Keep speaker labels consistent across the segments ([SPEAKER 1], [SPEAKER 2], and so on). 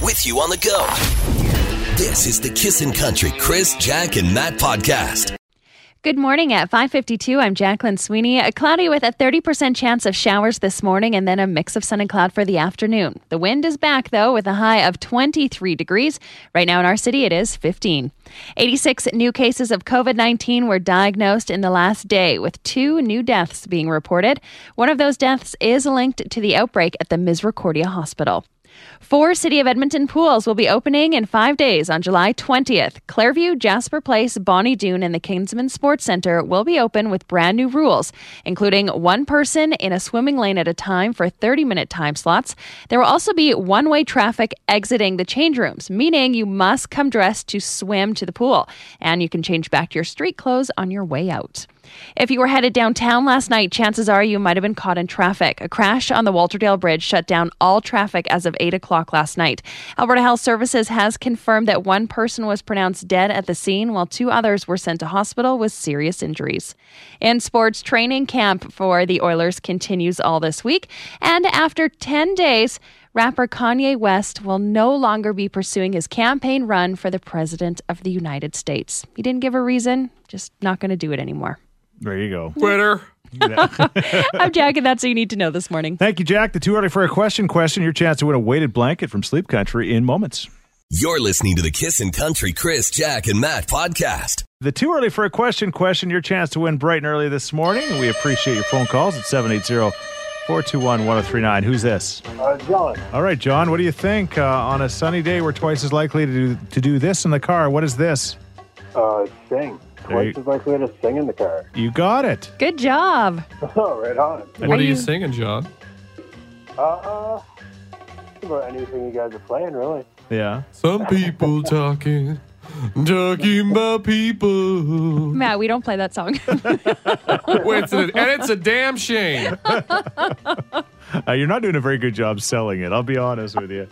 [SPEAKER 1] with you on the go. This is the Kissin' Country Chris, Jack, and Matt podcast.
[SPEAKER 2] Good morning at 5:52. I'm Jacqueline Sweeney. A cloudy with a 30% chance of showers this morning and then a mix of sun and cloud for the afternoon. The wind is back though with a high of 23 degrees. Right now in our city it is 15. 86 new cases of COVID-19 were diagnosed in the last day with two new deaths being reported. One of those deaths is linked to the outbreak at the Misericordia Hospital. Four City of Edmonton pools will be opening in five days on July 20th. Clairview, Jasper Place, Bonnie Doon, and the Kingsman Sports Center will be open with brand new rules, including one person in a swimming lane at a time for 30 minute time slots. There will also be one way traffic exiting the change rooms, meaning you must come dressed to swim to the pool, and you can change back to your street clothes on your way out. If you were headed downtown last night, chances are you might have been caught in traffic. A crash on the Walterdale Bridge shut down all traffic as of 8 o'clock last night. Alberta Health Services has confirmed that one person was pronounced dead at the scene, while two others were sent to hospital with serious injuries. In sports, training camp for the Oilers continues all this week. And after 10 days, rapper Kanye West will no longer be pursuing his campaign run for the President of the United States. He didn't give a reason, just not going to do it anymore.
[SPEAKER 3] There you go.
[SPEAKER 4] Twitter.
[SPEAKER 2] I'm Jack, and that's all you need to know this morning.
[SPEAKER 3] Thank you, Jack. The too early for a question question. Your chance to win a weighted blanket from Sleep Country in moments.
[SPEAKER 1] You're listening to the Kissin' Country Chris, Jack, and Matt podcast.
[SPEAKER 3] The too early for a question question. Your chance to win bright and early this morning. We appreciate your phone calls at 780 421 1039. Who's this?
[SPEAKER 5] Uh, John,
[SPEAKER 3] All right, John, what do you think? Uh, on a sunny day, we're twice as likely to do, to do this in the car. What is this?
[SPEAKER 5] uh, sing.
[SPEAKER 3] There you-
[SPEAKER 5] Twice as likely to sing in the car.
[SPEAKER 3] You got it.
[SPEAKER 2] Good job.
[SPEAKER 5] Oh, right on.
[SPEAKER 4] What are, you, singing, John?
[SPEAKER 5] Uh, just about anything you guys are playing, really.
[SPEAKER 3] Yeah.
[SPEAKER 4] Some people talking, talking about people.
[SPEAKER 2] Matt, we don't play that song.
[SPEAKER 4] Wait, it's a, and it's a damn shame.
[SPEAKER 3] Uh, you're not doing a very good job selling it. I'll be honest with you.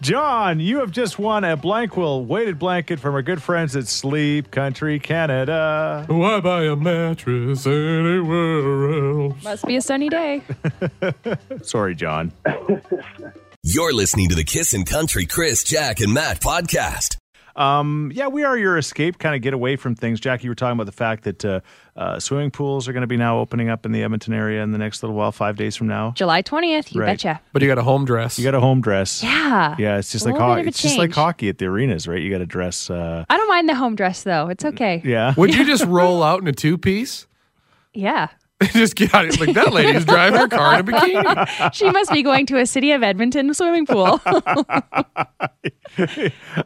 [SPEAKER 3] John, you have just won a Blankwell weighted blanket from our good friends at Sleep Country Canada.
[SPEAKER 4] Why buy a mattress anywhere else?
[SPEAKER 2] Must be a sunny day.
[SPEAKER 3] Sorry, John.
[SPEAKER 1] You're listening to the Kissin' Country Chris, Jack, and Matt podcast.
[SPEAKER 3] Um, yeah, we are your escape, kind of get away from things. Jack, you were talking about the fact that uh, uh, swimming pools are going to be now opening up in the Edmonton area in the next little while, five days from now.
[SPEAKER 2] July 20th, you
[SPEAKER 3] Right.
[SPEAKER 2] betcha.
[SPEAKER 4] But you got a home dress.
[SPEAKER 3] You got a home dress.
[SPEAKER 2] Yeah.
[SPEAKER 3] Yeah, it's just
[SPEAKER 2] A
[SPEAKER 3] like
[SPEAKER 2] little
[SPEAKER 3] ho-
[SPEAKER 2] bit of a
[SPEAKER 3] it's just like
[SPEAKER 2] change.
[SPEAKER 3] hockey at the arenas, right? You got to dress. Uh,
[SPEAKER 2] I don't mind the home dress, though. It's okay.
[SPEAKER 3] yeah.
[SPEAKER 4] Would you just roll out in a two piece?
[SPEAKER 2] Yeah.
[SPEAKER 4] just get out. Like that lady's driving her car in a bikini.
[SPEAKER 2] She must be going to a City of Edmonton swimming pool.
[SPEAKER 3] I,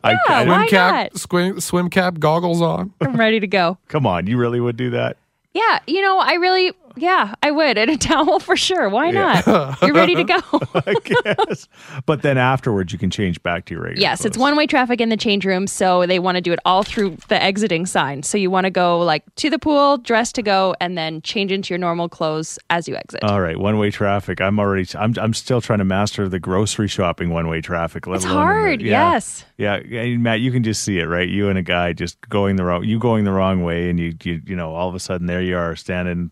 [SPEAKER 3] I don't-
[SPEAKER 2] Why
[SPEAKER 4] Swim cap,
[SPEAKER 2] not?
[SPEAKER 4] swim, swim cap, goggles on.
[SPEAKER 2] I'm ready to go.
[SPEAKER 3] come on, you really would do that?
[SPEAKER 2] Yeah. You know, I really, yeah, I would. And a towel for sure. Why
[SPEAKER 3] Yeah.
[SPEAKER 2] not? You're ready to go.
[SPEAKER 3] I guess. but then afterwards, you can change back to your regular.
[SPEAKER 2] Yes, it's
[SPEAKER 3] clothes.
[SPEAKER 2] one way traffic in the change room, so they want to do it all through the exiting sign. So you want to go like to the pool, dress to go, and then change into your normal clothes as you exit.
[SPEAKER 3] All right, one way traffic. I'm already. I'm. I'm still trying to master the grocery shopping one way traffic. Let
[SPEAKER 2] It's
[SPEAKER 3] alone in the-
[SPEAKER 2] hard,
[SPEAKER 3] yeah.
[SPEAKER 2] yes.
[SPEAKER 3] Yeah, and Matt, you can just see it, right? You and a guy just going the wrong. You going the wrong way, and you. You. You know, all of a sudden, there you are, standing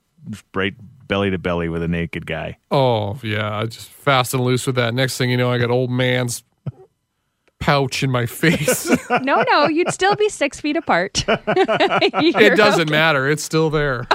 [SPEAKER 3] right belly to belly with a naked guy.
[SPEAKER 4] Oh yeah, I just fast and loose with that. Next thing you know, I got old man's pouch in my face.
[SPEAKER 2] no, no, you'd still be six feet apart.
[SPEAKER 4] it doesn't matter. It's still there.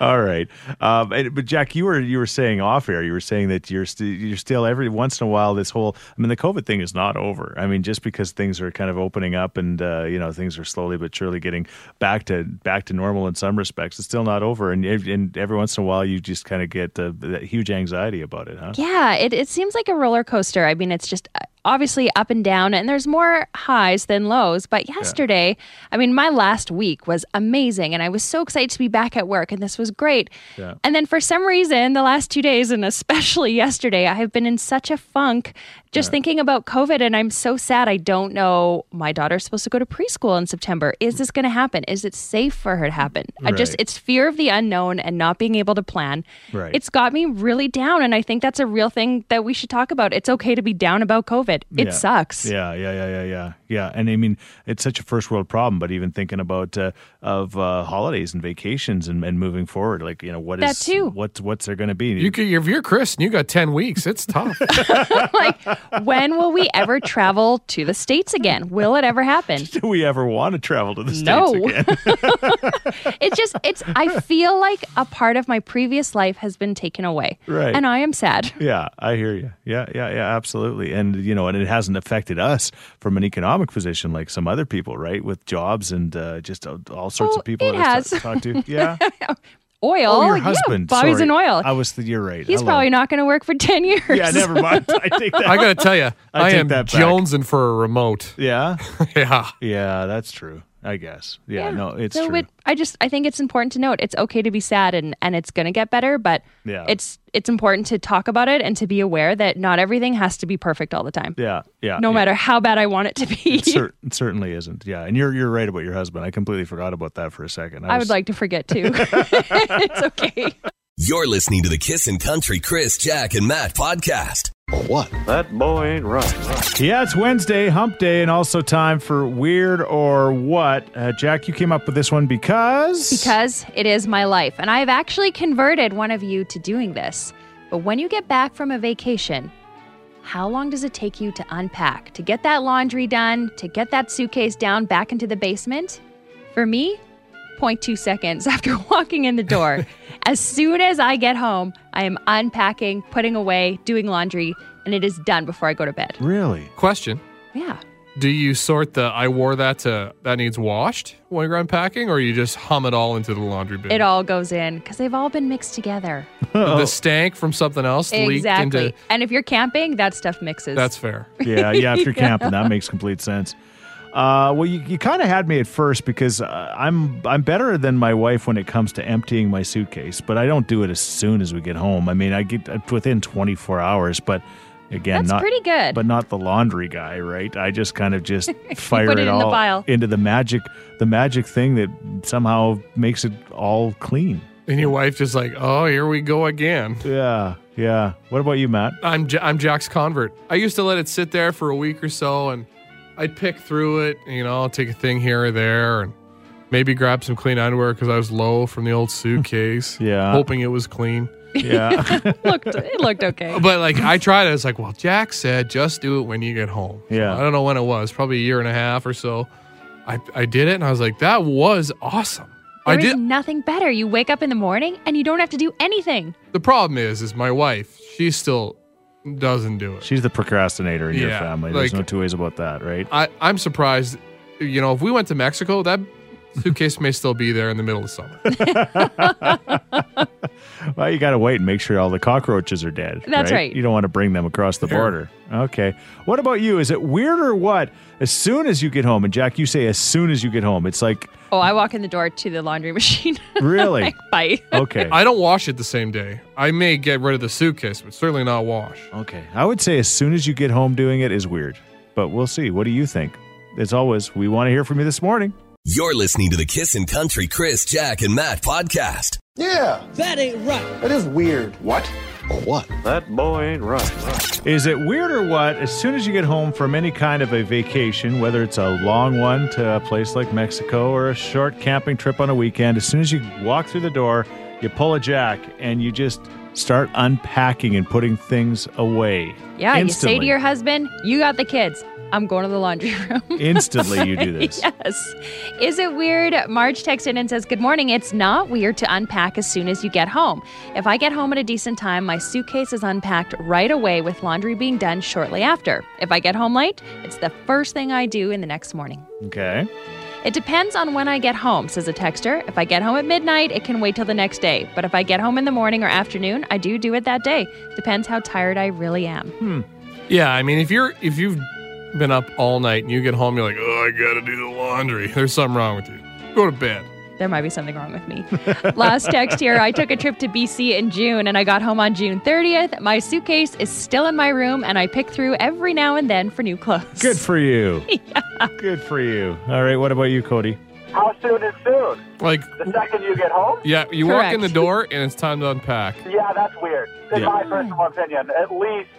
[SPEAKER 3] All right, um, and, but Jack, you were you were saying off air. You were saying that you're st- you're still every once in a while. This whole I mean, the COVID thing is not over. I mean, just because things are kind of opening up and uh, you know things are slowly but surely getting back to back to normal in some respects, it's still not over. And ev- and every once in a while, you just kind of get uh, that huge anxiety about it, huh?
[SPEAKER 2] Yeah, it, it seems like a roller coaster. I mean, it's just uh, obviously up and down, and there's more highs than lows. But yesterday, I mean, my last week was amazing, and I was so excited to be back at work, and this was great.
[SPEAKER 3] Yeah.
[SPEAKER 2] And then for some reason, the last two days, and especially yesterday, I have been in such a funk just thinking about COVID, and I'm so sad. I don't know. My daughter's supposed to go to preschool in September. Is this going to happen? Is it safe for her to happen? I just,
[SPEAKER 3] Right.
[SPEAKER 2] it's fear of the unknown and not being able to plan.
[SPEAKER 3] Right.
[SPEAKER 2] It's got me really down. And I think that's a real thing that we should talk about. It's okay to be down about COVID. it. It
[SPEAKER 3] Yeah.
[SPEAKER 2] sucks.
[SPEAKER 3] Yeah, yeah, yeah, yeah, yeah, yeah. And I mean, it's such a first world problem. But even thinking about uh, of uh, holidays and vacations and, and moving forward, like you know, what
[SPEAKER 2] That
[SPEAKER 3] is
[SPEAKER 2] too.
[SPEAKER 3] what's what's there going to be?
[SPEAKER 4] You could, if you're Chris and you got ten weeks, it's tough.
[SPEAKER 2] like, when will we ever travel to the States again? Will it ever happen?
[SPEAKER 3] Do we ever want to travel to the
[SPEAKER 2] No.
[SPEAKER 3] states again?
[SPEAKER 2] It's just, it's, I feel like a part of my previous life has been taken away.
[SPEAKER 3] Right.
[SPEAKER 2] And I am sad.
[SPEAKER 3] Yeah, I hear you. Yeah, yeah, yeah, absolutely. And you know, and it hasn't affected us from an economic position like some other people, right? With jobs and uh, just all, all sorts
[SPEAKER 2] Oh,
[SPEAKER 3] of people
[SPEAKER 2] it
[SPEAKER 3] that I
[SPEAKER 2] has.
[SPEAKER 3] talk, talk to. Yeah.
[SPEAKER 2] Oil.
[SPEAKER 3] Oh, your
[SPEAKER 2] yeah,
[SPEAKER 3] husband.
[SPEAKER 2] Bobby's
[SPEAKER 3] sorry.
[SPEAKER 2] in oil.
[SPEAKER 3] I was. You're right.
[SPEAKER 2] He's
[SPEAKER 3] Hello.
[SPEAKER 2] probably not going to work for 10 years.
[SPEAKER 3] Yeah, never mind. I take that.
[SPEAKER 4] I gotta tell you,
[SPEAKER 3] I
[SPEAKER 4] I,
[SPEAKER 3] take
[SPEAKER 4] am
[SPEAKER 3] that back.
[SPEAKER 4] jonesing for a remote.
[SPEAKER 3] yeah,
[SPEAKER 4] yeah,
[SPEAKER 3] yeah, that's true. I guess. Yeah, no, it's
[SPEAKER 2] so
[SPEAKER 3] true.
[SPEAKER 2] it- I just I think it's important to note it's okay to be sad and and it's gonna get better, but
[SPEAKER 3] Yeah.
[SPEAKER 2] it's it's important to talk about it and to be aware that not everything has to be perfect all the time.
[SPEAKER 3] yeah, yeah.
[SPEAKER 2] No
[SPEAKER 3] Uh, yeah.
[SPEAKER 2] matter how bad I want it to be.
[SPEAKER 3] It, cer- it certainly isn't. Yeah, and you're you're right about your husband. I completely forgot about that for a second.
[SPEAKER 2] I
[SPEAKER 3] was-
[SPEAKER 2] would like to forget too. it's okay.
[SPEAKER 1] You're listening to the Kissin' Country Chris, Jack, and Matt podcast.
[SPEAKER 5] That boy ain't right.
[SPEAKER 3] Yeah, it's Wednesday, Hump Day, and also time for Weird or What. Uh, Jack, you came up with this one because
[SPEAKER 2] Because it is my life. And I've actually converted one of you to doing this. But when you get back from a vacation, how long does it take you to unpack, to get that laundry done, to get that suitcase down back into the basement? For me, 0.2 seconds after walking in the door. as soon as I get home, I am unpacking, putting away, doing laundry, and it is done before I go to bed.
[SPEAKER 3] really,
[SPEAKER 4] Question:
[SPEAKER 2] Yeah.
[SPEAKER 4] Do you sort the "I wore that to that needs washed" when you're unpacking, or you just hum it all into the laundry bin?
[SPEAKER 2] It all goes in because they've all been mixed together.
[SPEAKER 4] The stank from something else leaked
[SPEAKER 2] Exactly.
[SPEAKER 4] into.
[SPEAKER 2] And if you're camping, that stuff mixes.
[SPEAKER 4] That's fair.
[SPEAKER 3] yeah, yeah. If you're camping, that makes complete sense. Uh, well, you, you kind of had me at first because uh, I'm I'm better than my wife when it comes to emptying my suitcase, but I don't do it as soon as we get home. I mean, I get uh, within 24 hours, but again,
[SPEAKER 2] That's
[SPEAKER 3] not
[SPEAKER 2] pretty good.
[SPEAKER 3] but not the laundry guy, right? I just kind of just fire
[SPEAKER 2] put it
[SPEAKER 3] it,
[SPEAKER 2] in
[SPEAKER 3] all
[SPEAKER 2] the pile.
[SPEAKER 3] into the magic the magic thing that somehow makes it all clean.
[SPEAKER 4] And your wife just like, "Oh, here we go again."
[SPEAKER 3] Yeah, yeah. What about you, Matt?
[SPEAKER 4] I'm J- I'm Jack's convert. I used to let it sit there for a week or so, and I'd pick through it. You know, take a thing here or there, and maybe grab some clean underwear because I was low from the old suitcase.
[SPEAKER 3] Yeah.
[SPEAKER 4] hoping it was clean.
[SPEAKER 3] Yeah,
[SPEAKER 2] looked it looked okay.
[SPEAKER 4] But like I tried, I was like, well, Jack said just do it when you get home.
[SPEAKER 3] Yeah.
[SPEAKER 4] I don't know when it was, probably a year and a half or so. I, I did it and I was like, that was awesome. I
[SPEAKER 2] There is
[SPEAKER 4] did.
[SPEAKER 2] nothing better. You wake up in the morning and you don't have to do anything.
[SPEAKER 4] The problem is, is my wife, she still doesn't do it.
[SPEAKER 3] she's the procrastinator in your
[SPEAKER 4] Yeah,
[SPEAKER 3] family. There's
[SPEAKER 4] like-
[SPEAKER 3] no two ways about that, right?
[SPEAKER 4] I, I'm surprised, you know, if we went to Mexico, that suitcase may still be there in the middle of summer.
[SPEAKER 3] Well, you got to wait and make sure all the cockroaches are dead.
[SPEAKER 2] That's right.
[SPEAKER 3] You don't want to bring them across the border. Okay. What about you? Is it weird or what? As soon as you get home, and Jack, you say as soon as you get home. It's like
[SPEAKER 2] Oh, I walk in the door to the laundry machine.
[SPEAKER 3] really
[SPEAKER 2] Bye.
[SPEAKER 3] okay.
[SPEAKER 4] I don't wash it the same day. I may get rid of the suitcase, but certainly not wash.
[SPEAKER 3] Okay. I would say as soon as you get home doing it is weird, but we'll see. What do you think? As always, we want to hear from you this morning.
[SPEAKER 1] You're listening to the Kissin' Country Chris, Jack, and Matt podcast.
[SPEAKER 6] Yeah. That ain't right. That is weird. What? What?
[SPEAKER 5] That boy ain't right.
[SPEAKER 3] Is it weird or what? As soon as you get home from any kind of a vacation, whether it's a long one to a place like Mexico or a short camping trip on a weekend, as soon as you walk through the door, you pull a jack and you just start unpacking and putting things away.
[SPEAKER 2] Yeah, you say to
[SPEAKER 3] Instantly.
[SPEAKER 2] your husband, "You got the kids. I'm going to the laundry room."
[SPEAKER 3] instantly you do this.
[SPEAKER 2] yes. Is it weird? Marge texted in and says, Good morning. It's not weird to unpack as soon as you get home. If I get home at a decent time, my suitcase is unpacked right away with laundry being done shortly after. If I get home late, it's the first thing I do in the next morning.
[SPEAKER 3] Okay.
[SPEAKER 2] It depends on when I get home, says a texter. If I get home at midnight, it can wait till the next day. But if I get home in the morning or afternoon, I do do it that day. Depends how tired I really am.
[SPEAKER 4] Yeah, I mean, if you're if you've been up all night and you get home, you're like, oh, I gotta do the laundry. There's something wrong with you. Go to bed.
[SPEAKER 2] There might be something wrong with me. Last text here I took a trip to BC in June and I got home on June 30th. My suitcase is still in my room and I pick through every now and then for new clothes.
[SPEAKER 3] Good for you. Good for you. All right. What about you, Cody?
[SPEAKER 5] How soon is soon?
[SPEAKER 4] Like,
[SPEAKER 5] The second you get home?
[SPEAKER 4] yeah, you walk in
[SPEAKER 2] Correct.
[SPEAKER 4] the door and it's time to unpack.
[SPEAKER 5] Yeah, that's weird. In
[SPEAKER 3] Yeah.
[SPEAKER 5] my personal opinion, at least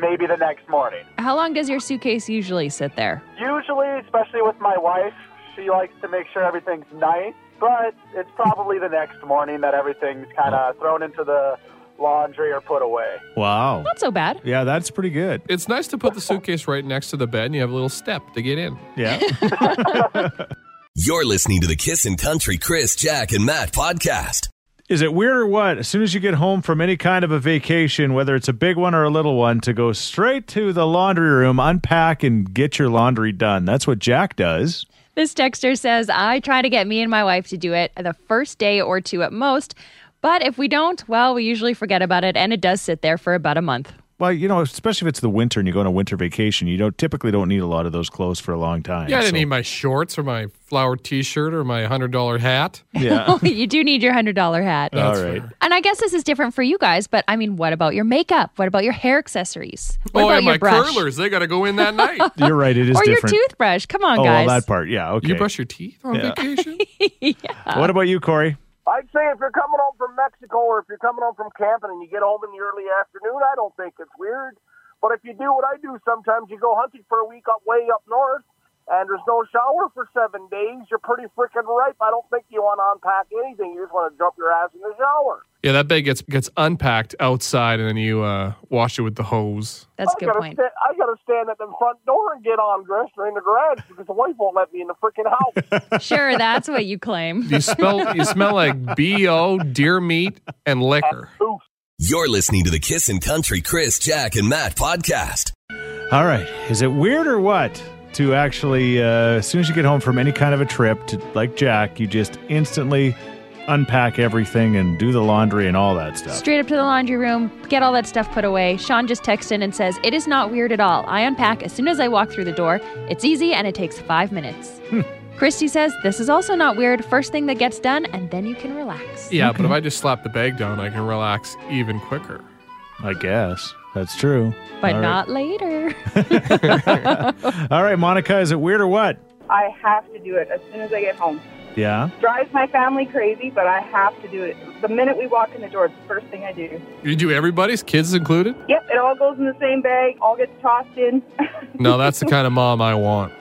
[SPEAKER 7] maybe the next morning.
[SPEAKER 2] How long does your suitcase usually sit there?
[SPEAKER 7] Usually, especially with my wife, she likes to make sure everything's nice, but it's probably the next morning that everything's kind of thrown into the laundry or put away.
[SPEAKER 3] Wow.
[SPEAKER 2] Not so bad.
[SPEAKER 3] Yeah, that's pretty good.
[SPEAKER 4] It's nice to put the suitcase right next to the bed and you have a little step to get in.
[SPEAKER 3] Yeah.
[SPEAKER 1] You're listening to the Kissin' Country Chris, Jack, and Matt podcast.
[SPEAKER 3] Is it weird or what? As soon as you get home from any kind of a vacation, whether it's a big one or a little one, to go straight to the laundry room, unpack, and get your laundry done. That's what Jack does.
[SPEAKER 2] This texter says, I try to get me and my wife to do it the first day or two at most, but if we don't, well, we usually forget about it and it does sit there for about a month.
[SPEAKER 3] Well, you know, especially if it's the winter and you go on a winter vacation, you don't typically don't need a lot of those clothes for a long time.
[SPEAKER 4] Yeah, I didn't
[SPEAKER 3] so-
[SPEAKER 4] need my shorts or my flower t shirt or my $100 hat.
[SPEAKER 3] Yeah.
[SPEAKER 2] you do need your $100 hat.
[SPEAKER 3] All
[SPEAKER 4] That's
[SPEAKER 3] right.
[SPEAKER 4] fair.
[SPEAKER 2] And I guess this is different for you guys, but I mean, what about your makeup? What about your hair accessories? What
[SPEAKER 4] oh,
[SPEAKER 2] about
[SPEAKER 4] and
[SPEAKER 2] your
[SPEAKER 4] my
[SPEAKER 2] brush?
[SPEAKER 4] curlers. They got to go in that night.
[SPEAKER 3] You're right. It is
[SPEAKER 2] or
[SPEAKER 3] different.
[SPEAKER 2] your toothbrush. Come on,
[SPEAKER 3] oh,
[SPEAKER 2] guys.
[SPEAKER 3] well, that part. Yeah. Okay.
[SPEAKER 4] You brush your teeth on
[SPEAKER 3] Yeah.
[SPEAKER 4] vacation?
[SPEAKER 3] what about you, Corey?
[SPEAKER 5] I'd say if you're coming home from Mexico or if you're coming home from camping and you get home in the early afternoon, I don't think it's weird. But if you do what I do sometimes, you go hunting for a week up way up north and there's no shower for seven days, you're pretty freaking ripe. I don't think you want to unpack anything. You just want to jump your ass in the shower.
[SPEAKER 4] yeah, that bed gets gets unpacked outside and then you uh, wash it with the hose.
[SPEAKER 2] That's
[SPEAKER 5] I
[SPEAKER 2] a good
[SPEAKER 5] gotta
[SPEAKER 2] point.
[SPEAKER 5] Sta- I got to stand at the front door and get on dressed or in the garage because the wife won't let me in the freaking house.
[SPEAKER 2] Sure, that's what you claim.
[SPEAKER 4] You smell you smell like BO, deer meat, and liquor.
[SPEAKER 5] Oof.
[SPEAKER 1] You're listening to the Kissin' Country Chris, Jack, and Matt podcast.
[SPEAKER 3] All right. Is it weird or what to actually, uh, as soon as you get home from any kind of a trip, to like Jack, you just instantly unpack everything and do the laundry and all that stuff?
[SPEAKER 2] Straight up to the laundry room, get all that stuff put away. Sean just texted in and says, It is not weird at all. I unpack as soon as I walk through the door. It's easy and it takes five minutes. Christy says, This is also not weird. First thing that gets done, and then you can relax.
[SPEAKER 4] Yeah, but if I just slap the bag down, I can relax even quicker.
[SPEAKER 3] I guess. That's true.
[SPEAKER 2] But
[SPEAKER 3] All right.
[SPEAKER 2] not later.
[SPEAKER 3] All right, Monica, is it weird or what?
[SPEAKER 8] I have to do it as soon as I get home.
[SPEAKER 3] Yeah.
[SPEAKER 8] Drives my family crazy, but I have to do it. The minute we walk in the door, it's the first thing I do.
[SPEAKER 4] You do everybody's, kids included?
[SPEAKER 8] Yep, it all goes in the same bag, all gets tossed in.
[SPEAKER 4] No, that's the kind of mom I want.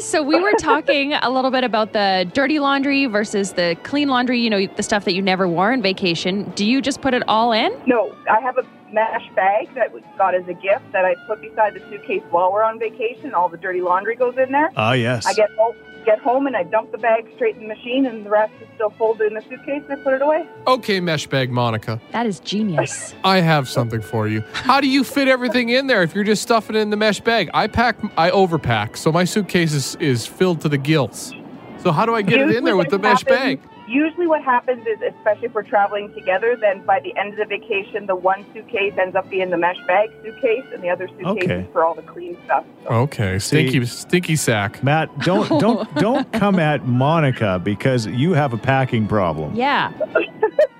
[SPEAKER 2] So we were talking a little bit about the dirty laundry versus the clean laundry, you know, the stuff that you never wore on vacation. Do you just put it all in?
[SPEAKER 8] no, I have a mesh bag that we got as a gift that I put beside the suitcase while we're on vacation. All the dirty laundry goes in there.
[SPEAKER 3] Ah, yes.
[SPEAKER 8] I get home, get home and I dump the bag straight in the machine, and the rest is still folded in the suitcase and I put it away.
[SPEAKER 4] Okay, mesh bag Monica,
[SPEAKER 2] That is genius.
[SPEAKER 4] I have something for you. How do you fit everything in there if you're just stuffing it in the mesh bag? I pack, I overpack, so my suitcase is, is filled to the gills. So how do I get it in there with the
[SPEAKER 8] what
[SPEAKER 4] mesh bag?
[SPEAKER 8] happens- Usually, what happens is, especially if we're traveling together, then by the end of the vacation, the one suitcase ends up being the mesh bag suitcase, and the other suitcase
[SPEAKER 3] Okay.
[SPEAKER 8] is for all the clean stuff. So
[SPEAKER 4] Okay,
[SPEAKER 3] See-
[SPEAKER 4] stinky, stinky sack.
[SPEAKER 3] Matt, don't don't don't come at Monica because you have a packing problem.
[SPEAKER 2] yeah.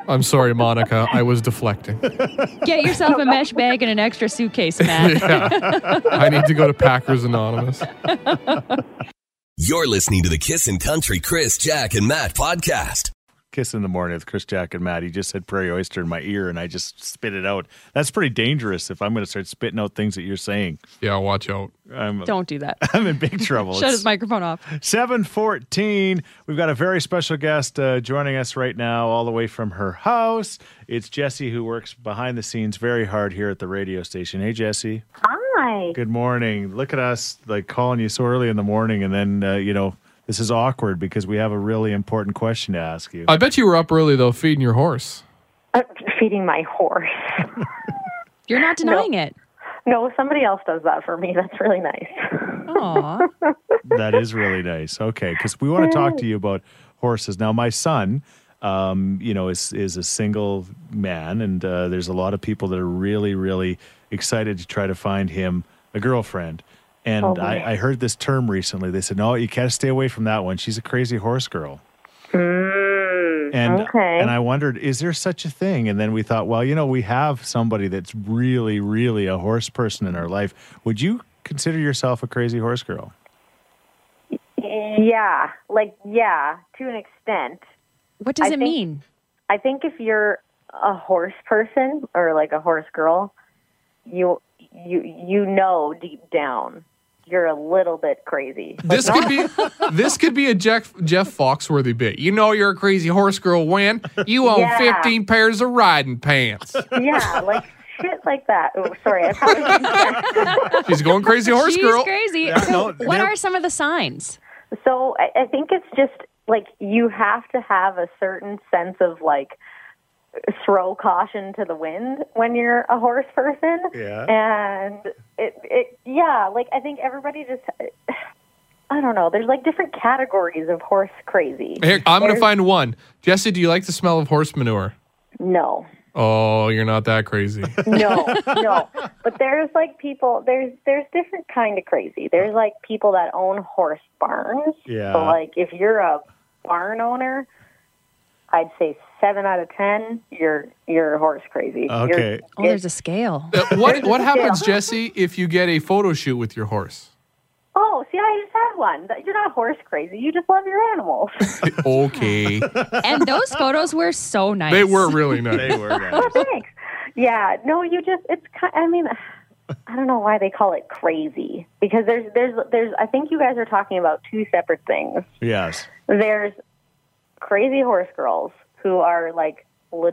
[SPEAKER 4] I'm sorry, Monica, I was deflecting.
[SPEAKER 2] Get yourself a mesh bag and an extra suitcase, Matt.
[SPEAKER 4] Yeah. I need to go to Packers Anonymous.
[SPEAKER 1] You're listening to the Kissin' Country Chris, Jack, and Matt podcast.
[SPEAKER 3] Kiss in the morning with Chris Jack and Matt. He just said prairie oyster in my ear and I just spit it out. That's pretty dangerous if I'm gonna start spitting out things that you're saying.
[SPEAKER 4] Yeah, watch out.
[SPEAKER 3] I'm
[SPEAKER 2] Don't do that.
[SPEAKER 3] I'm in big trouble.
[SPEAKER 2] Shut his microphone off.
[SPEAKER 3] 714. We've got a very special guest uh, joining us right now, all the way from her house. It's Jesse, who works behind the scenes very hard here at the radio station. Hey, Jesse.
[SPEAKER 9] Hi.
[SPEAKER 3] Good morning. Look at us, like calling you so early in the morning, and then, uh, you know, this is awkward because we have a really important question to ask you.
[SPEAKER 4] I bet you were up early though, feeding your horse.
[SPEAKER 9] Uh, feeding my horse.
[SPEAKER 2] You're not denying it.
[SPEAKER 9] No, somebody else does that for me. That's really nice.
[SPEAKER 2] Aw.
[SPEAKER 3] that is really nice. Okay, because we want to talk to you about horses. Now, my son, um, you know, is is a single man, and uh, there's a lot of people that are really, really excited to try to find him a girlfriend. And
[SPEAKER 9] Oh, boy.
[SPEAKER 3] I, I heard this term recently. They said, "No, you can't stay away from that one. She's a crazy horse girl."
[SPEAKER 9] Mm,
[SPEAKER 3] And
[SPEAKER 9] okay.
[SPEAKER 3] and I wondered, is there such a thing? And then we thought, well, you know, we have somebody that's really, really a horse person in our life. Would you consider yourself a crazy horse girl?
[SPEAKER 9] yeah, like yeah, to an extent.
[SPEAKER 2] what does
[SPEAKER 9] I
[SPEAKER 2] it
[SPEAKER 9] think-
[SPEAKER 2] mean?
[SPEAKER 9] I think if you're a horse person or like a horse girl, you you you know deep down you're a little bit crazy. But
[SPEAKER 4] This could be this could be a Jeff Jeff Foxworthy bit. You know you're a crazy horse girl when you own
[SPEAKER 9] Yeah.
[SPEAKER 4] 15 pairs of riding pants.
[SPEAKER 9] yeah, like shit like that. Oh, sorry, I probably
[SPEAKER 4] She's going crazy horse
[SPEAKER 2] She's
[SPEAKER 4] girl.
[SPEAKER 2] crazy.
[SPEAKER 3] Yeah,
[SPEAKER 2] So
[SPEAKER 3] no,
[SPEAKER 2] what
[SPEAKER 3] they're-
[SPEAKER 2] are some of the signs?
[SPEAKER 9] So I, I think it's just like you have to have a certain sense of like throw caution to the wind when you're a horse person.
[SPEAKER 3] Yeah.
[SPEAKER 9] And it it yeah, like I think everybody just I don't know. There's like different categories of horse crazy.
[SPEAKER 4] Here, I'm going to find one. Jesse, do you like the smell of horse manure?
[SPEAKER 9] No.
[SPEAKER 4] Oh, you're not that crazy.
[SPEAKER 9] No, no. But there's like people there's there's different kind of crazy. There's like people that own horse barns.
[SPEAKER 3] Yeah.
[SPEAKER 9] So like if you're a barn owner, I'd say seven out of ten, you're you're horse crazy. You're-
[SPEAKER 3] Okay.
[SPEAKER 2] Oh, there's a scale.
[SPEAKER 4] Uh, what what happens, Jesse, if you get a photo shoot with your horse?
[SPEAKER 9] oh, see I just had one. That- You're not horse crazy. You just love your animals.
[SPEAKER 4] Okay.
[SPEAKER 2] and those photos were so nice.
[SPEAKER 4] They were really nice.
[SPEAKER 3] They were nice.
[SPEAKER 9] Thanks. Yeah. No, you just it's kind I mean I don't know why they call it crazy because there's there's there's I think you guys are talking about two separate things.
[SPEAKER 3] Yes.
[SPEAKER 9] there's crazy horse girls who are like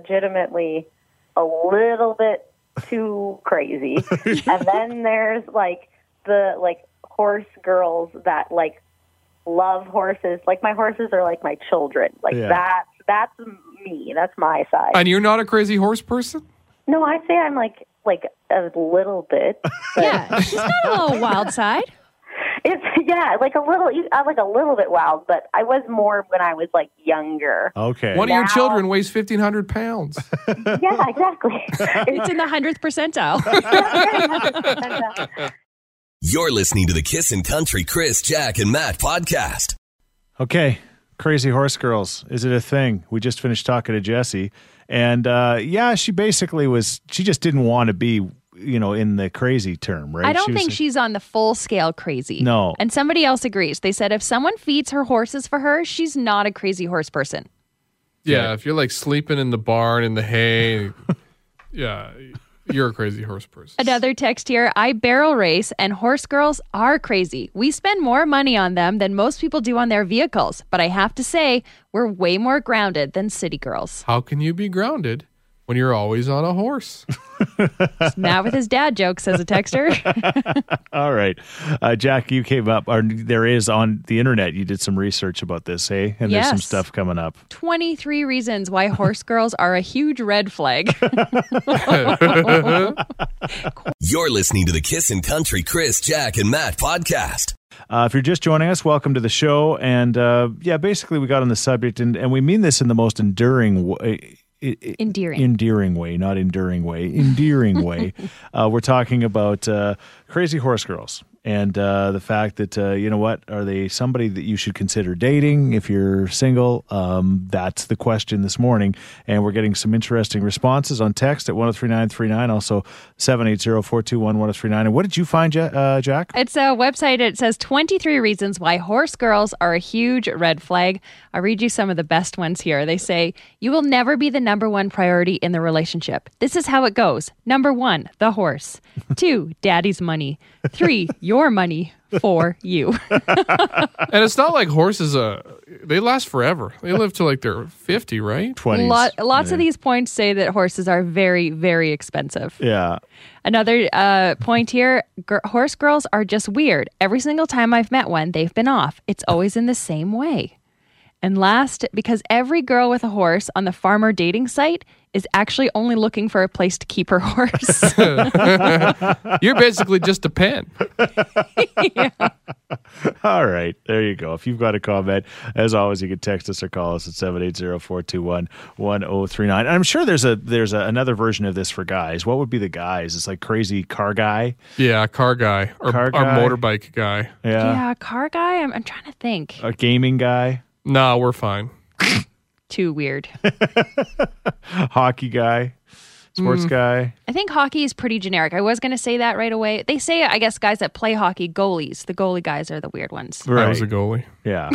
[SPEAKER 9] legitimately a little bit too crazy and then there's like the like horse girls that like love horses like my horses are like my children like
[SPEAKER 3] Yeah.
[SPEAKER 9] that's that's me that's my side
[SPEAKER 4] And you're not a crazy horse person?
[SPEAKER 9] no i say i'm like like a little bit
[SPEAKER 2] Yeah, she's got a little wild side.
[SPEAKER 9] it's yeah like a little i'm like a little bit wild but i was more when i was like younger
[SPEAKER 3] Okay.
[SPEAKER 4] One of your
[SPEAKER 9] Now-
[SPEAKER 4] children weighs 1,500 pounds.
[SPEAKER 9] yeah exactly
[SPEAKER 2] It's in the hundredth percentile.
[SPEAKER 1] You're listening to the Kissin' Country Chris, Jack, and Matt podcast.
[SPEAKER 3] Okay, crazy horse girls. Is it a thing? We just finished talking to Jesse, and uh, yeah, she basically was. She just didn't want to be, you know, in the crazy term, right?
[SPEAKER 2] I don't
[SPEAKER 3] was
[SPEAKER 2] think
[SPEAKER 3] like,
[SPEAKER 2] she's on the full scale crazy.
[SPEAKER 3] No.
[SPEAKER 2] And somebody else agrees. They said if someone feeds her horses for her, she's not a crazy horse person.
[SPEAKER 4] Yeah, if you're like sleeping in the barn in the hay, yeah, you're a crazy horse person.
[SPEAKER 2] Another text here I barrel race, and horse girls are crazy. We spend more money on them than most people do on their vehicles, but I have to say, we're way more grounded than city girls.
[SPEAKER 4] How can you be grounded when you're always on a horse?
[SPEAKER 2] It's Matt with his dad joke, says a texter.
[SPEAKER 3] All right, uh, Jack, you came up. Or there is on the internet. You did some research about this, hey? And there's some
[SPEAKER 2] Yes.
[SPEAKER 3] stuff coming up.
[SPEAKER 2] 23 reasons why horse girls are a huge red flag.
[SPEAKER 1] You're listening to the Kissin' Country Chris, Jack, and Matt podcast.
[SPEAKER 3] Uh, if you're just joining us, welcome to the show. And uh, yeah, basically, we got on the subject, and, and we mean this in the most enduring way.
[SPEAKER 2] Endearing.
[SPEAKER 3] endearing way, not enduring way, endearing way. Uh, we're talking about uh, crazy horse girls and uh, the fact that uh, you know what are they somebody that you should consider dating if you're single? Um, that's the question this morning, and we're getting some interesting responses on text at one zero three nine three nine, also seven eight zero four two one one zero three nine. And what did you find, Ja- uh, Jack?
[SPEAKER 2] It's a website. It says 23 reasons why horse girls are a huge red flag. I'll read you some of the best ones here. They say, You will never be the number one priority in the relationship. This is how it goes number one, the horse. Two, daddy's money. Three, your money. Four, you.
[SPEAKER 4] and it's not like horses, uh, they last forever. They live till like they're 50, right?
[SPEAKER 3] Twenties.
[SPEAKER 2] Lot, lots of these points say that horses are very, very expensive.
[SPEAKER 3] Yeah.
[SPEAKER 2] Another uh, point here gir horse girls are just weird. Every single time I've met one, they've been off. It's always in the same way. And last, because every girl with a horse on the farmer dating site is actually only looking for a place to keep her horse.
[SPEAKER 4] You're basically just a pen.
[SPEAKER 3] All right. There you go. If you've got a comment, as always, you can text us or call us at 780-421-1039. And I'm sure there's a there's a, another version of this for guys. What would be the guys? It's like crazy car guy.
[SPEAKER 4] Yeah, car guy or,
[SPEAKER 3] Car
[SPEAKER 4] or
[SPEAKER 3] guy.
[SPEAKER 4] motorbike guy.
[SPEAKER 3] Yeah.
[SPEAKER 2] yeah, car guy. I'm, I'm trying to think.
[SPEAKER 3] A gaming guy,
[SPEAKER 4] Nah, we're fine.
[SPEAKER 2] Too weird.
[SPEAKER 3] hockey guy.
[SPEAKER 2] Mm.
[SPEAKER 3] sports guy.
[SPEAKER 2] I think hockey is pretty generic. I was going to say that right away. They say, I guess, guys that play hockey, goalies. The goalie guys are the weird ones.
[SPEAKER 4] I was a goalie.
[SPEAKER 3] Yeah.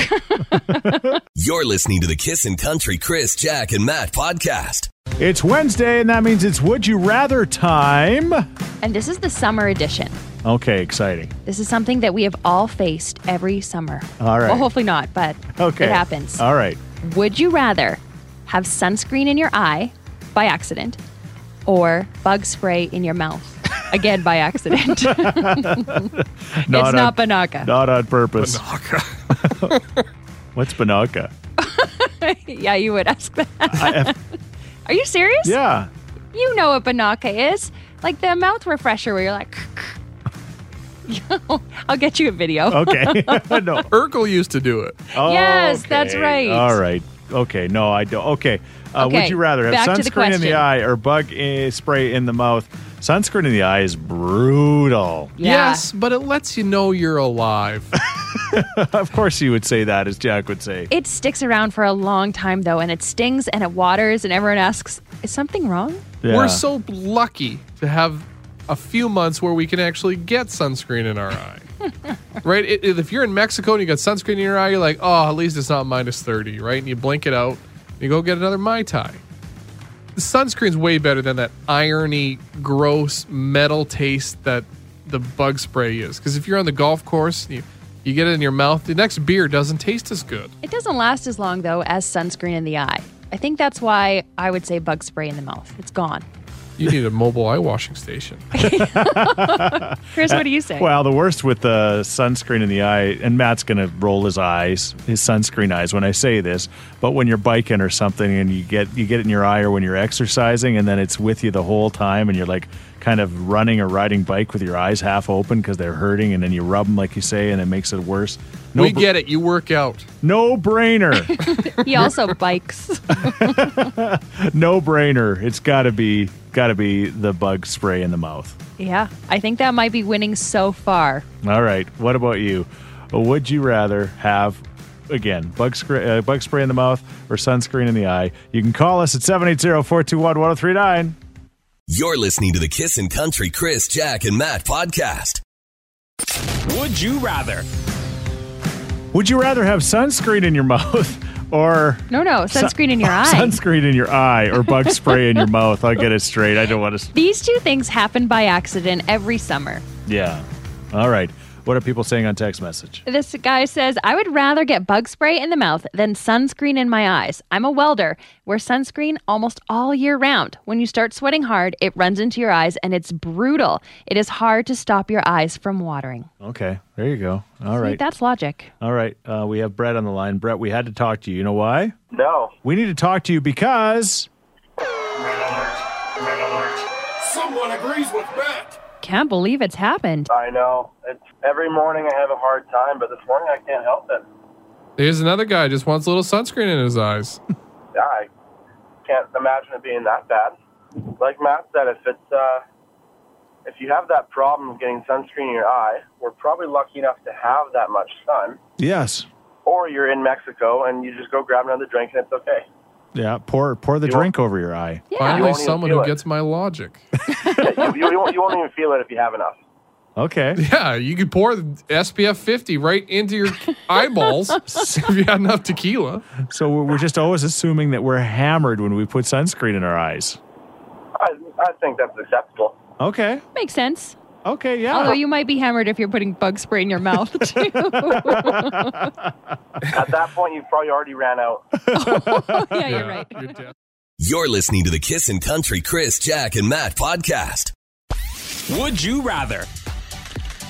[SPEAKER 1] You're listening to the Kissin' Country Chris, Jack, and Matt podcast.
[SPEAKER 3] it's Wednesday, and that means it's Would You Rather time.
[SPEAKER 2] And this is the summer edition.
[SPEAKER 3] Okay, exciting.
[SPEAKER 2] This is something that we have all faced every summer.
[SPEAKER 3] All right.
[SPEAKER 2] Well, hopefully not, but
[SPEAKER 3] Okay. Uh.
[SPEAKER 2] it happens.
[SPEAKER 3] All right.
[SPEAKER 2] Would you rather have sunscreen in your eye by accident or bug spray in your mouth? Again, by accident. it's not
[SPEAKER 3] on,
[SPEAKER 2] Banaka.
[SPEAKER 3] not on purpose. What's Banaka?
[SPEAKER 2] yeah, you would ask that. Are you serious?
[SPEAKER 3] Yeah.
[SPEAKER 2] You know what Banaka is. Like the mouth refresher where you're like, I'll get you a video.
[SPEAKER 3] Okay. no.
[SPEAKER 4] Urkel used to do it.
[SPEAKER 2] Yes, that's right.
[SPEAKER 3] Okay. All right. Okay. No, I don't. Okay. Uh, Would
[SPEAKER 2] Okay,
[SPEAKER 3] you rather have
[SPEAKER 2] back to the
[SPEAKER 3] sunscreen in the
[SPEAKER 2] question.
[SPEAKER 3] eye or bug eh, spray in the mouth? Sunscreen in the eye is brutal.
[SPEAKER 2] Yeah.
[SPEAKER 4] Yes, but it lets you know you're alive.
[SPEAKER 3] of course, you would say that, as Jack would say.
[SPEAKER 2] It sticks around for a long time though, and it stings and it waters, and everyone asks, "Is something wrong?"
[SPEAKER 3] Yeah.
[SPEAKER 4] We're so lucky to have a few months where we can actually get sunscreen in our eye. right? It, it- if you're in Mexico and you got sunscreen in your eye, you're like, oh, at least it's not minus 30, right? And you blink it out, and you go get another Mai Tai. Sunscreen's way better than that irony, gross metal taste that the bug spray is. Because if you're on the golf course, you, you get it in your mouth, the next beer doesn't taste as good.
[SPEAKER 2] It doesn't last as long though as sunscreen in the eye. I think that's why I would say bug spray in the mouth. It's gone.
[SPEAKER 4] You need a mobile eye washing station.
[SPEAKER 2] Chris, what do you say?
[SPEAKER 3] Uh, Well, the worst with the sunscreen in the eye, and Matt's going to roll his eyes, his sunscreen eyes, when I say this. But when you're biking or something, and you get you get it in your eye, or when you're exercising, and then it's with you the whole time, and you're like kind of running or riding bike with your eyes half open because they're hurting, and then you rub them like you say, and it makes it worse. No,
[SPEAKER 4] we get it. You work out.
[SPEAKER 3] no brainer,
[SPEAKER 2] he also bikes.
[SPEAKER 3] no brainer. It's got to be got to be the bug spray in the mouth.
[SPEAKER 2] yeah, I think that might be winning so far.
[SPEAKER 3] All right. What about you? Would you rather have, again, bug, scra- uh, bug spray in the mouth or sunscreen in the eye? You can call us at 780 421 1039.
[SPEAKER 1] You're listening to the Kissin' Country Chris, Jack, and Matt podcast.
[SPEAKER 10] Would you rather?
[SPEAKER 3] Would you rather have sunscreen in your mouth or.
[SPEAKER 2] No, no, sunscreen in your eye.
[SPEAKER 3] Sunscreen in your eye or bug spray in your mouth. I'll get it straight. I don't want to.
[SPEAKER 2] These two things happen by accident every summer.
[SPEAKER 3] Yeah. All right. What are people saying on text message?
[SPEAKER 2] This guy says, I would rather get bug spray in the mouth than sunscreen in my eyes. I'm a welder. Wear sunscreen almost all year round. When you start sweating hard, it runs into your eyes and it's brutal. It is hard to stop your eyes from watering.
[SPEAKER 3] Okay. There you go. All
[SPEAKER 2] See,
[SPEAKER 3] right.
[SPEAKER 2] That's logic.
[SPEAKER 3] All right. Uh, we have Brett on the line. Brett, we had to talk to you. You know why?
[SPEAKER 7] No.
[SPEAKER 3] We need to talk to you because.
[SPEAKER 10] Someone agrees with Matt.
[SPEAKER 2] Can't believe it's happened.
[SPEAKER 7] I know. It's every morning I have a hard time, but this morning I can't help it.
[SPEAKER 4] There's another guy just wants a little sunscreen in his eyes.
[SPEAKER 7] Yeah, I can't imagine it being that bad. Like Matt said, if it's uh, if you have that problem of getting sunscreen in your eye, we're probably lucky enough to have that much sun.
[SPEAKER 3] Yes.
[SPEAKER 7] Or you're in Mexico and you just go grab another drink and it's okay.
[SPEAKER 3] Yeah, pour pour the
[SPEAKER 7] You
[SPEAKER 3] drink over your eye.
[SPEAKER 2] Yeah.
[SPEAKER 4] Finally,
[SPEAKER 7] won't even
[SPEAKER 4] someone
[SPEAKER 7] feel
[SPEAKER 4] who
[SPEAKER 7] it.
[SPEAKER 4] gets my logic.
[SPEAKER 7] you, you, you, won't, you won't even feel it if you have enough.
[SPEAKER 3] Okay.
[SPEAKER 4] yeah, you could pour the SPF 50 right into your eyeballs if you had enough tequila.
[SPEAKER 3] So we're we're just always assuming that we're hammered when we put sunscreen in our eyes.
[SPEAKER 7] I, I think that's acceptable.
[SPEAKER 3] Okay.
[SPEAKER 2] Makes sense.
[SPEAKER 3] Okay.
[SPEAKER 2] Although
[SPEAKER 3] Yeah.
[SPEAKER 2] you might be hammered if you're putting bug spray in your mouth, too.
[SPEAKER 7] At that point, you've probably already ran out.
[SPEAKER 2] yeah, you're right.
[SPEAKER 4] You're dead.
[SPEAKER 1] You're listening to the Kissin' Country Chris, Jack, and Matt podcast.
[SPEAKER 10] Would you rather?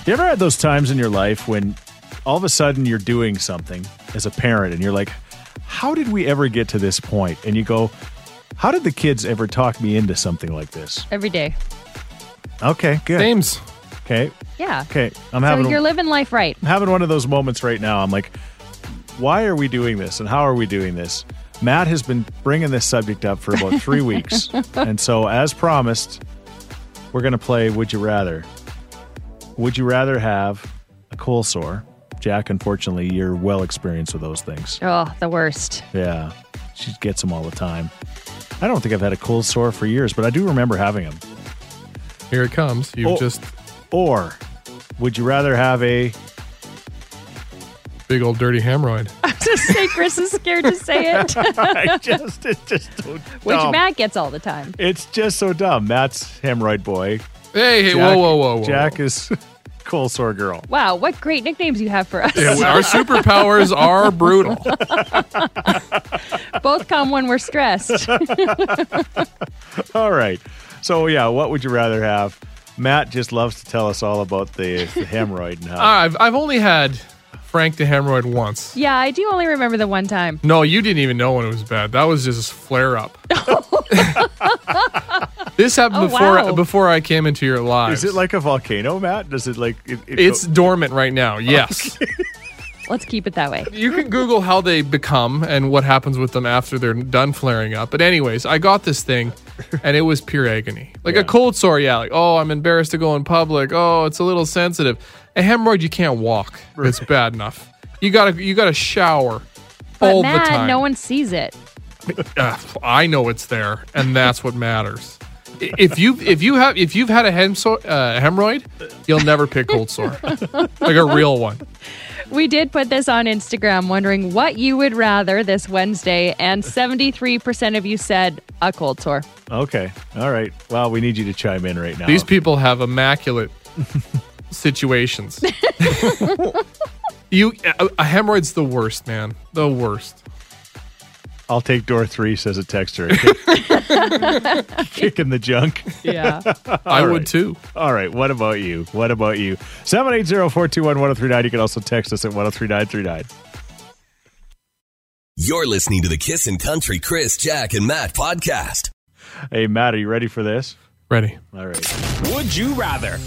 [SPEAKER 3] You ever had those times in your life when all of a sudden you're doing something as a parent and you're like, how did we ever get to this point? And you go, how did the kids ever talk me into something like this?
[SPEAKER 2] Every day.
[SPEAKER 3] Okay. Good.
[SPEAKER 4] Names.
[SPEAKER 3] Okay.
[SPEAKER 2] Yeah.
[SPEAKER 3] Okay. I'm
[SPEAKER 2] So
[SPEAKER 3] having
[SPEAKER 2] you're living life right.
[SPEAKER 3] I'm having one of those moments right now. I'm like, why are we doing this and how are we doing this? Matt has been bringing this subject up for about three weeks. And so, as promised, we're going to play Would You Rather? Would you rather have a cold sore? Jack, unfortunately, you're well experienced with those things.
[SPEAKER 2] Oh, the worst.
[SPEAKER 3] Yeah, she gets them all the time. I don't think I've had a cold sore for years, but I do remember having them.
[SPEAKER 4] Here it comes. You
[SPEAKER 3] Oh.
[SPEAKER 4] just
[SPEAKER 3] or would you rather have a
[SPEAKER 4] big old dirty hemorrhoid?
[SPEAKER 2] I was just say Chris is scared to say it.
[SPEAKER 3] I just, it just don't-
[SPEAKER 2] Which
[SPEAKER 3] dumb.
[SPEAKER 2] Matt gets all the time.
[SPEAKER 3] It's just so dumb. Matt's hemorrhoid boy.
[SPEAKER 4] Hey, hey, whoa, whoa, whoa, whoa,
[SPEAKER 3] Jack is cold sore girl.
[SPEAKER 2] Wow, what great nicknames you have for us.
[SPEAKER 4] Yeah, our superpowers are brutal.
[SPEAKER 2] Both come when we're stressed.
[SPEAKER 3] All right. So yeah, what would you rather have? Matt just loves to tell us all about the, the hemorrhoid and
[SPEAKER 4] Ah,
[SPEAKER 3] how.
[SPEAKER 4] I've, I've only had Frank the hemorrhoid once.
[SPEAKER 2] yeah, I do only remember the one time.
[SPEAKER 4] No, you didn't even know when it was bad. That was just flare up. this happened
[SPEAKER 2] Oh,
[SPEAKER 4] before
[SPEAKER 2] wow.
[SPEAKER 4] before I came into your lives.
[SPEAKER 3] Is it like a volcano, Matt? Does it like it, it
[SPEAKER 4] it's
[SPEAKER 3] go-
[SPEAKER 4] dormant right now. Yes.
[SPEAKER 2] Let's keep it that way.
[SPEAKER 4] you can Google how they become and what happens with them after they're done flaring up. But anyways, I got this thing, and it was pure agony, like a cold sore. Yeah, like oh, I'm embarrassed to go in public. Oh, it's a little sensitive. A hemorrhoid, you can't walk. It's bad enough. You gotta you gotta shower
[SPEAKER 2] But
[SPEAKER 4] all
[SPEAKER 2] Matt,
[SPEAKER 4] the time.
[SPEAKER 2] no one sees it.
[SPEAKER 4] Ugh, I know it's there, and that's what matters. I- If you if you have if you've had a hem so, uh, hemorrhoid, you'll never pick cold sore, like a real one.
[SPEAKER 2] We did put this on Instagram wondering what you would rather this Wednesday, and 73% of you said a cold sore.
[SPEAKER 3] okay? All right. Well, we need you to chime in right now.
[SPEAKER 4] These people have immaculate situations. you a, a hemorrhoid's the worst, man. The worst.
[SPEAKER 3] I'll take door three, says a texter. Kick- Kick in the junk.
[SPEAKER 2] Yeah.
[SPEAKER 4] I
[SPEAKER 3] All
[SPEAKER 4] would
[SPEAKER 3] right.
[SPEAKER 4] too.
[SPEAKER 3] All right. What about you? What about you? 780 421 1039. You can also text us at 103939.
[SPEAKER 1] You're listening to the Kissin' Country Chris, Jack, and Matt podcast.
[SPEAKER 3] Hey, Matt, are you ready for this?
[SPEAKER 4] Ready.
[SPEAKER 3] All right.
[SPEAKER 10] Would you rather?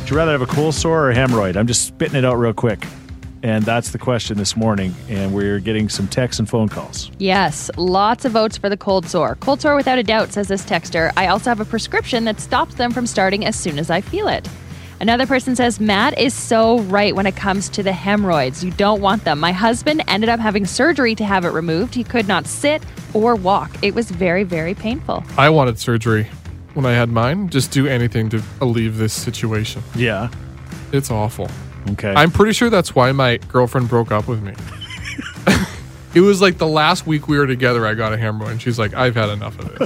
[SPEAKER 3] Would you rather have a cold sore or a hemorrhoid? I'm just spitting it out real quick. And that's the question this morning. And we're getting some texts and phone calls.
[SPEAKER 2] Yes, lots of votes for the cold sore. Cold sore without a doubt, says this texter. I also have a prescription that stops them from starting as soon as I feel it. Another person says, Matt is so right when it comes to the hemorrhoids. You don't want them. My husband ended up having surgery to have it removed. He could not sit or walk. It was very, very painful.
[SPEAKER 4] I wanted surgery when I had mine. Just do anything to alleviate this situation.
[SPEAKER 3] Yeah.
[SPEAKER 4] It's awful.
[SPEAKER 3] Okay.
[SPEAKER 4] I'm pretty sure that's why my girlfriend broke up with me. it was like the last week we were together, I got a hemorrhoid, and she's like, I've had enough of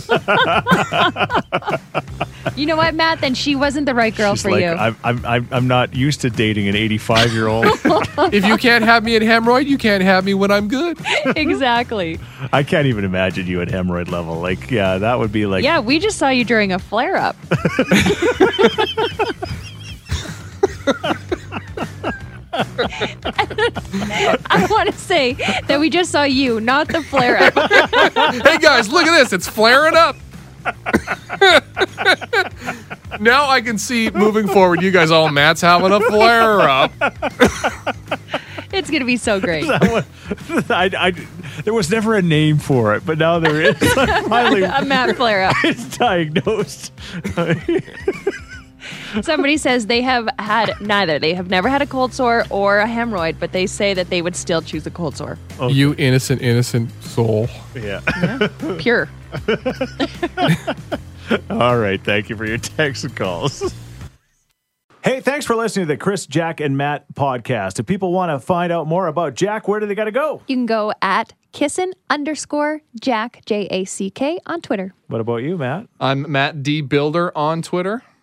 [SPEAKER 4] this.
[SPEAKER 2] You know what, Matt? Then she wasn't the right girl
[SPEAKER 3] She's
[SPEAKER 2] for
[SPEAKER 3] like,
[SPEAKER 2] you.
[SPEAKER 3] I'm, I'm, I'm, I'm not used to dating an 85 year old.
[SPEAKER 4] if you can't have me at hemorrhoid, you can't have me when I'm good.
[SPEAKER 2] exactly.
[SPEAKER 3] I can't even imagine you at hemorrhoid level. Like, yeah, that would be like,
[SPEAKER 2] Yeah, we just saw you during a flare up. I want to say that we just saw you, not the flare up.
[SPEAKER 4] hey guys, look at this. It's flaring up. now I can see moving forward, you guys all, Matt's having a flare up.
[SPEAKER 2] It's going to be so great.
[SPEAKER 3] I, I- there was never a name for it, but now there is. Finally,
[SPEAKER 2] A Matt flare up.
[SPEAKER 3] it's diagnosed.
[SPEAKER 2] Somebody says they have had neither. They have never had a cold sore or a hemorrhoid, but they say that they would still choose a cold sore.
[SPEAKER 4] You innocent, innocent soul.
[SPEAKER 3] yeah.
[SPEAKER 2] Pure.
[SPEAKER 3] All right. Thank you for your text and calls. Hey, thanks for listening to the Chris, Jack, and Matt podcast. If people want to find out more about Jack, where do they got to go?
[SPEAKER 2] You can go at kissin underscore Jack, J A C K, on Twitter.
[SPEAKER 3] What about you, Matt?
[SPEAKER 4] I'm Matt D. Builder on Twitter.